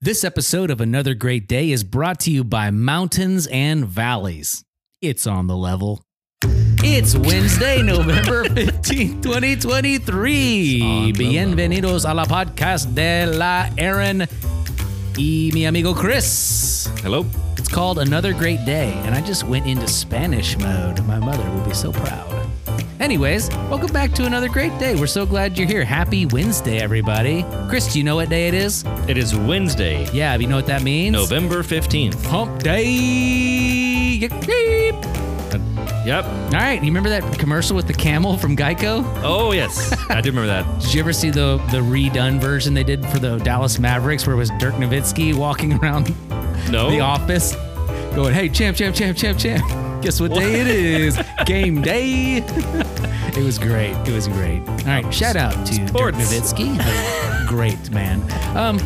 This episode of Another Great Day is brought to you by Mountains and Valleys. It's on the level. It's Wednesday, November 15, 2023. Bienvenidos a la podcast de la Aaron y mi amigo Chris. Hello. It's called Another Great Day, and I just went into Spanish mode. My mother would be so proud. Anyways, welcome back to another great day. We're so glad you're here. Happy Wednesday, everybody. Chris, do you know what day it is? It is Wednesday, Yeah, you know what that means? November 15th. Hump day. Yeep. Yep. All right, you remember that commercial with the camel from Geico? Oh, yes. I do remember that. Did you ever see the the redone version they did for the Dallas Mavericks where it was Dirk Nowitzki walking around No. the office going, "Hey, champ, champ, champ, champ, champ. Guess what, day it is? Game day." it was great. It was great. All right, shout out to Dirk Sports. Nowitzki. great, man. Um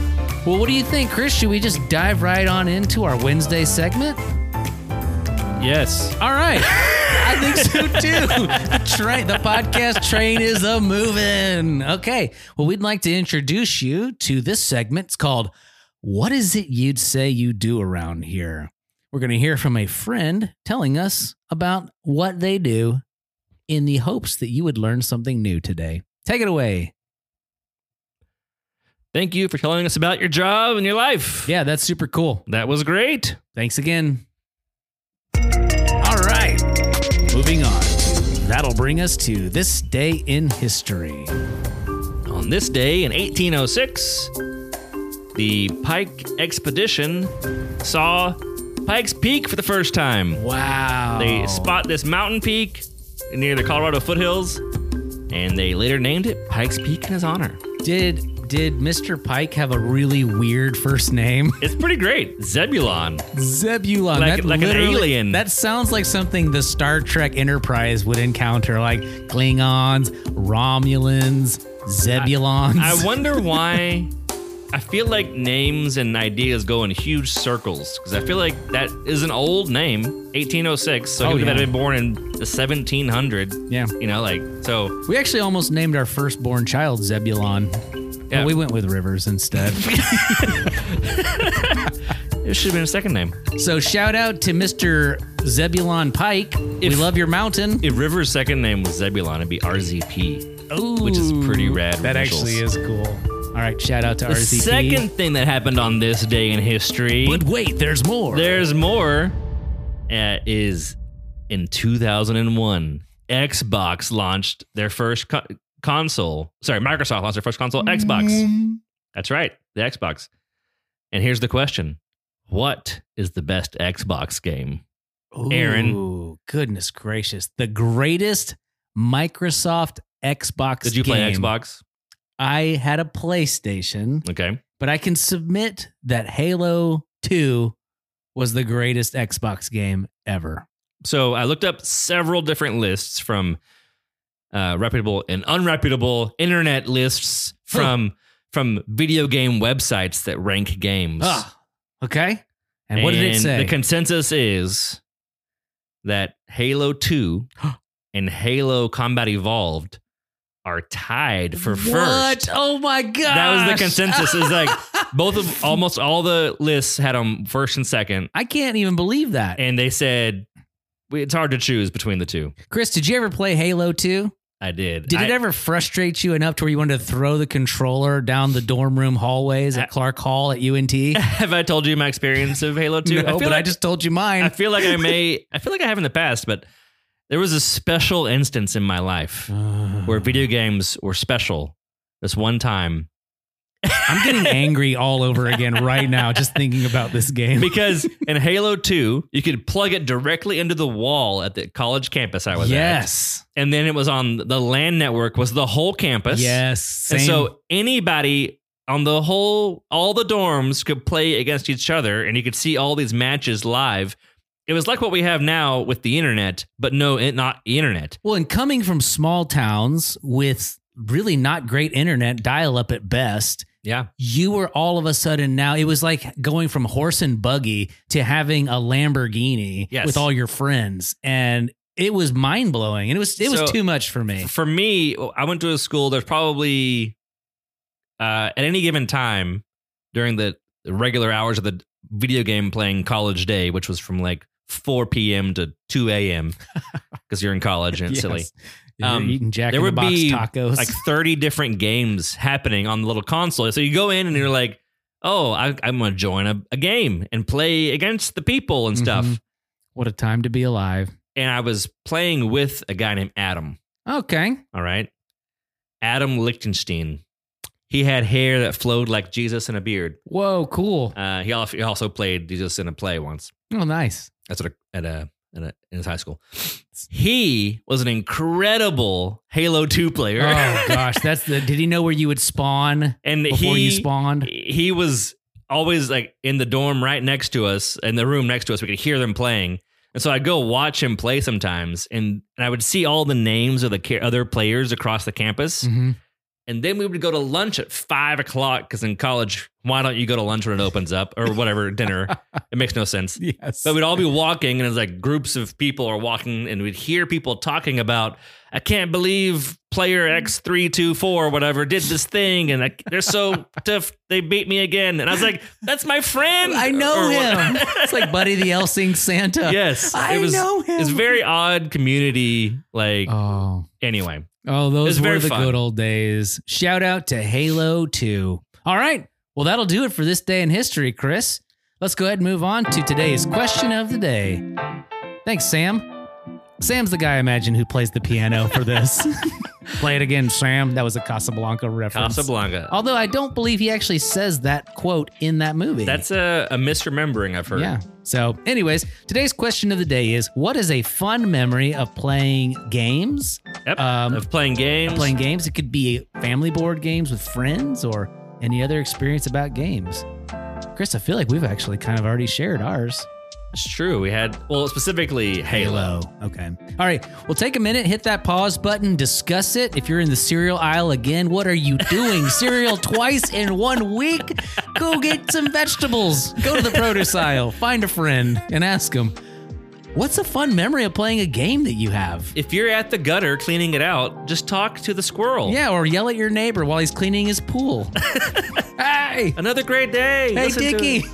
well, what do you think, Chris? Should we just dive right on into our Wednesday segment? Yes. All right. I think so too. The train, the podcast train is a moving. Okay. Well, we'd like to introduce you to this segment. It's called "What Is It You'd Say You Do Around Here." We're going to hear from a friend telling us about what they do, in the hopes that you would learn something new today. Take it away. Thank you for telling us about your job and your life. Yeah, that's super cool. That was great. Thanks again. All right, moving on. That'll bring us to this day in history. On this day in 1806, the Pike Expedition saw Pike's Peak for the first time. Wow. They spot this mountain peak near the Colorado foothills, and they later named it Pike's Peak in his honor. Did did Mr. Pike have a really weird first name? It's pretty great. Zebulon. Zebulon. Like- like an literally- alien. That sounds like something the Star Trek Enterprise would encounter, like Klingons, Romulans, Zebulons. I wonder why. I feel like names and ideas go in huge circles because I feel like that is an old name, 1806. So Oh, he would have yeah. been born in the 1700s. yeah. You know, like so. We actually almost named our firstborn child Zebulon. Yeah. But we went with Rivers instead. It should have been a second name. so shout out to Mr. Zebulon Pike. we If- love your mountain. If River's second name was Zebulon, it'd be RZP. Ooh, which is pretty rad That initials. actually is cool. All right, shout out to The RCP. second thing that happened on this day in history, But wait, there's more. there's more, uh, is in 2001, Xbox launched their first co- console. Sorry, Microsoft launched their first console, Xbox. Mm-hmm. That's right, the Xbox. And here's the question What is the best Xbox game? Aaron. Ooh, goodness gracious. The greatest Microsoft Xbox Did you play game. Xbox? I had a PlayStation, Okay. but I can submit that Halo 2 was the greatest Xbox game ever. So I looked up several different lists from uh, reputable and unreputable internet lists Huh. from from video game websites that rank games. Ah, okay. And, what did it And say? The consensus is that Halo 2 and Halo Combat Evolved are tied for what? first. Oh my god. That was the consensus. Is like both of almost all the lists had them first and second, I can't even believe that. and they said "We- it's hard to choose between the two. Chris, did you ever play Halo 2? I did. Did I, it ever frustrate you enough to where you wanted to throw the controller down the dorm room hallways at Clark Hall at UNT? Have I told you my experience of Halo no, 2? I feel but like I just told you mine. I feel like I may I feel like I have in the past, but there was a special instance in my life where video games were special. This one time I'm getting angry all over again right now just thinking about this game. because in Halo 2, you could plug it directly into the wall at the college campus I was Yes. at. And then it was on the LAN network was the whole campus. Yes. Same. And so anybody on the whole, all the dorms could play against each other, and you could see all these matches live. It was like what we have now with the internet, but no, it, not internet. well, and coming from small towns with really not great internet, dial up at best, Yeah, you were all of a sudden now it was like going from horse and buggy to having a Lamborghini Yes. with all your friends and it was mind blowing and it was it So- was too much for me. for me, I went to a school. There's probably uh, at any given time during the the regular hours of the video game playing college day, which was from like 4 p.m. to 2 a.m. because you're in college and it's silly. Yes. You're Um, eating Jack there in the would Box be, tacos. like 30 different games happening on the little console. So you go in and you're like, oh, I, I'm going to join a, a game and play against the people and stuff. Mhm. what a time to be alive. And I was playing with a guy named Adam. Okay. All right. Adam Lichtenstein. He had hair that flowed like Jesus and a beard. Whoa, cool. Uh, he al- he also played Jesus in a play once. Oh, nice. That's at a, at a, at a in his high school. He was an incredible Halo 2 player. Oh gosh, that's the. Did he know where you would spawn and before he you spawned? he was always like in the dorm right next to us in the room next to us we could hear them playing and so i'd go watch him play sometimes and, and i would see all the names of the ca- other players across the campus Mhm. and then we would go to lunch at five o'clock because in college why don't you go to lunch when it opens up or whatever dinner it makes no sense Yes. but we'd all be walking, and it's like groups of people are walking, and we'd hear people talking about, I can't believe player X324 or whatever did this thing, and I, they're so tough, they beat me again. And I was like, That's my friend. I know Or what- him. it's like Buddy the Elsing Santa. yes. I it was, know him. It's very odd community. Like, Oh, anyway, oh, It's those were very the fun. good old days. Shout out to Halo Two. All right. Well, that'll do it for this day in history, Chris. Let's go ahead and move on to today's question of the day. Thanks, Sam. Sam's the guy I imagine who plays the piano for this. Play it again, Sam. That was a Casablanca reference. Casablanca. Although I don't believe he actually says that quote in that movie. That's a, a misremembering I've heard. Yeah. So, anyways, today's question of the day is what is a fun memory of playing games? Yep. Um, of playing games. Playing games, it could be family board games with friends or any other experience about games. Chris, I feel like we've actually kind of already shared ours. It's true. We had, well, specifically Halo. Okay. All right. Well, take a minute, hit that pause button, discuss it. If you're in the cereal aisle again, what are you doing? cereal twice in one week? Go get some vegetables. Go to the produce aisle, find a friend, and ask them, what's a fun memory of playing a game that you have? If you're at the gutter cleaning it out, just talk to the squirrel. Yeah, or yell at your neighbor while he's cleaning his pool. hey, Another great day. hey, Listen to- Dickie.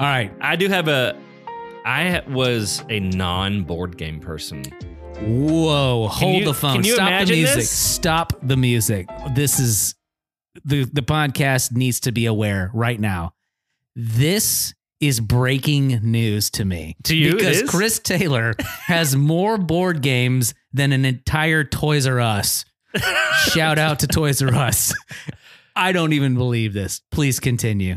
All right. I do have a. I was a non-board game person. Whoa, hold you- the phone. can you Stop the imagine music. this? Stop the music. This is the the podcast needs to be aware right now. This is breaking news to me. To you it because is? Chris Taylor has more board games than an entire Toys R Us. Shout out to Toys R Us. I don't even believe this. Please continue.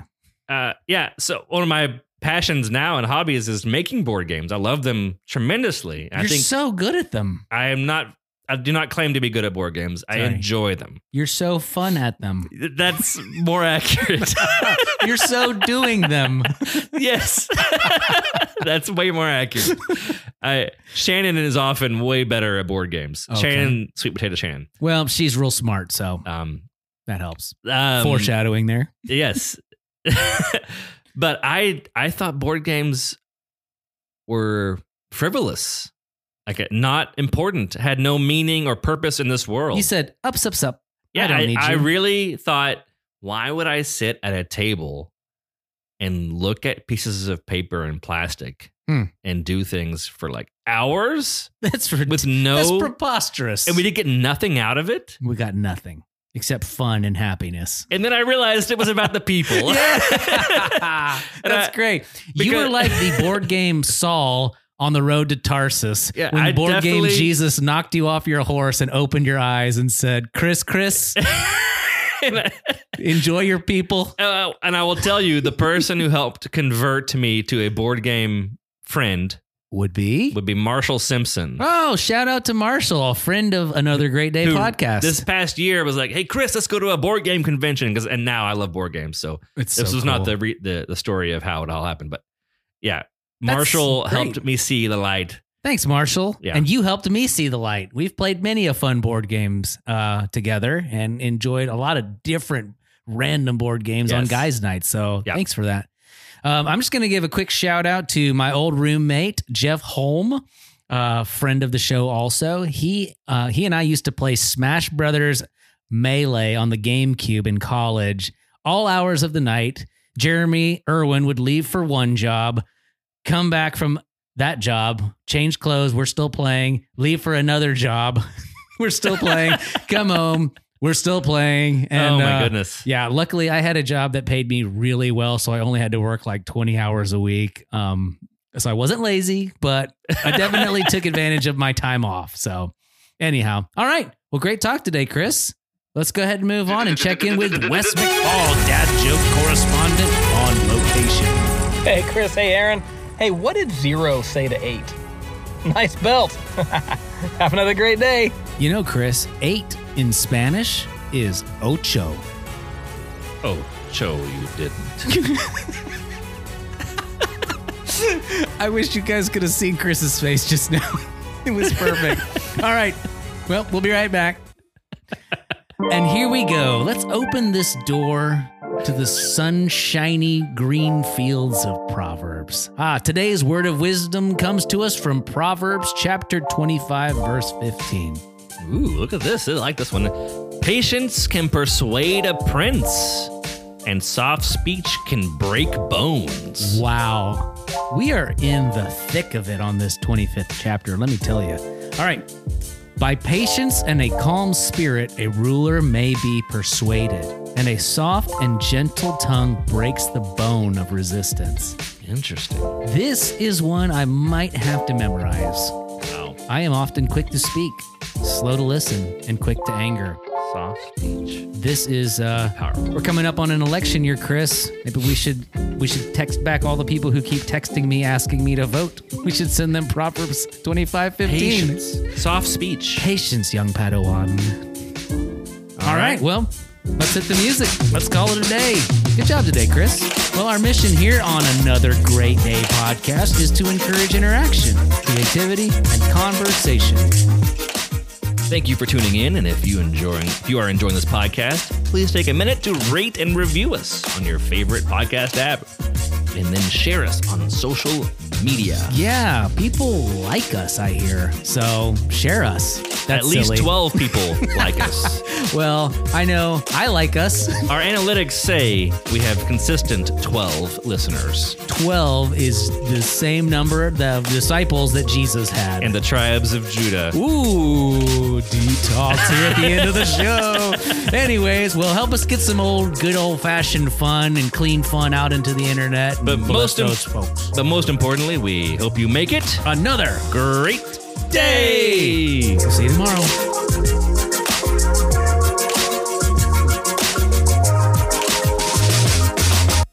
Uh, yeah. So one of my passions now and hobbies is making board games. I love them tremendously. I You're think so good at them. I am not. I do not claim to be good at board games. I Sorry. enjoy them. You're so fun at them. That's more accurate. You're so doing them. yes, that's way more accurate. I, Shannon is often way better at board games. Okay. Shannon, sweet potato Shannon. Well, she's real smart, so Um, that helps. um, foreshadowing there. yes but i i thought board games were frivolous like not important had no meaning or purpose in this world You said up, up, up. yeah I don't I, need I you. really thought why would i sit at a table and look at pieces of paper and plastic Hmm. and do things for like hours That's for with that's no preposterous. and we did get nothing out of it we got nothing except fun and happiness. and then i realized it was about the people Yeah. And that's I- great. you because- were like the board game Saul on the road to Tarsus Yeah, when I board game definitely- Jesus knocked you off your horse and opened your eyes and said, "Chris, Chris, And I- enjoy your people." Uh, and I will tell you, the person who helped convert to me to a board game friend Would be. would be Marshall Simpson. Oh, shout out to Marshall, a friend of another Great Day who podcast. This past year was like, hey Chris, let's go to a board game convention because and now I love board games. So It's this so was not cool. the, re- the the story of how it all happened, but yeah, That's Marshall great. helped me see the light. Thanks, Marshall. Yeah. And you helped me see the light. We've played many a fun board games uh, together and enjoyed a lot of different random board games on Yes. guys' night. So Yeah. thanks for that. Um, I'm just going to give a quick shout out to my old roommate, Jeff Holm, uh, friend of the show. Also, he uh, he and I used to play Smash Brothers Melee on the GameCube in college, all hours of the night. Jeremy Irwin would leave for one job, come back from that job, change clothes, we're still playing, leave for another job, we're still playing, come home, we're still playing. And oh my uh, goodness. yeah, luckily I had a job that paid me really well, so I only had to work like 20 hours a week. Um, so I wasn't lazy, but I definitely took advantage of my time off. So, anyhow, all right. Well, great talk today, Chris. Let's go ahead and move on and check in with Wes McFall, dad joke correspondent on location. Hey, Chris. Hey, Aaron. Hey, what did zero say to eight? Nice belt. Have another great day. You know, Chris, eight in Spanish is ocho. Oh, Cho, you didn't. I wish you guys could have seen Chris's face just now. it was perfect. All right. Well, we'll be right back. And here we go. Let's open this door to the sunshiny green fields of Proverbs. Ah, today's word of wisdom comes to us from Proverbs chapter 25, verse 15. Ooh, look at this. I like this one. Patience can persuade a prince, and soft speech can break bones. Wow. We are in the thick of it on this 25th chapter, let me tell you. All right. By patience and a calm spirit, a ruler may be persuaded, and a soft and gentle tongue breaks the bone of resistance. Interesting. This is one I might have to memorize. Wow. I am often quick to speak, slow to listen, and quick to anger. Soft speech. This is uh, Powerful. we're coming up on an election year, Chris. Maybe we should we should text back all the people who keep texting me asking me to vote. We should send them Proverbs twenty five fifteen. Patience. Soft speech. Patience, young Padawan. All right. Well, let's hit the music. Let's call it a day. Good job today, Chris. Well, our mission here on another Great Day podcast is to encourage interaction, creativity, and conversation. Thank you for tuning in, and if you enjoying if you are enjoying this podcast, please take a minute to rate and review us on your favorite podcast app, and then share us on social media. Yeah, people like us, I hear. So share us. That's At least silly. twelve people like us. Well, I know I like us. Our analytics say we have consistent twelve listeners, 12 is the same number of the disciples that Jesus had. and the tribes of Judah. Ooh, detox here at the end of the show. Anyways, well, help us get some old, good old fashioned fun and clean fun out into the internet. and But bless most im- those folks. But most importantly, we hope you make it Another. great day. See you tomorrow.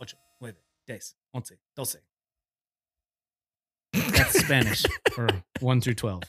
Ocho, nueve, diez, once, doce. That's Spanish for 1 through 12.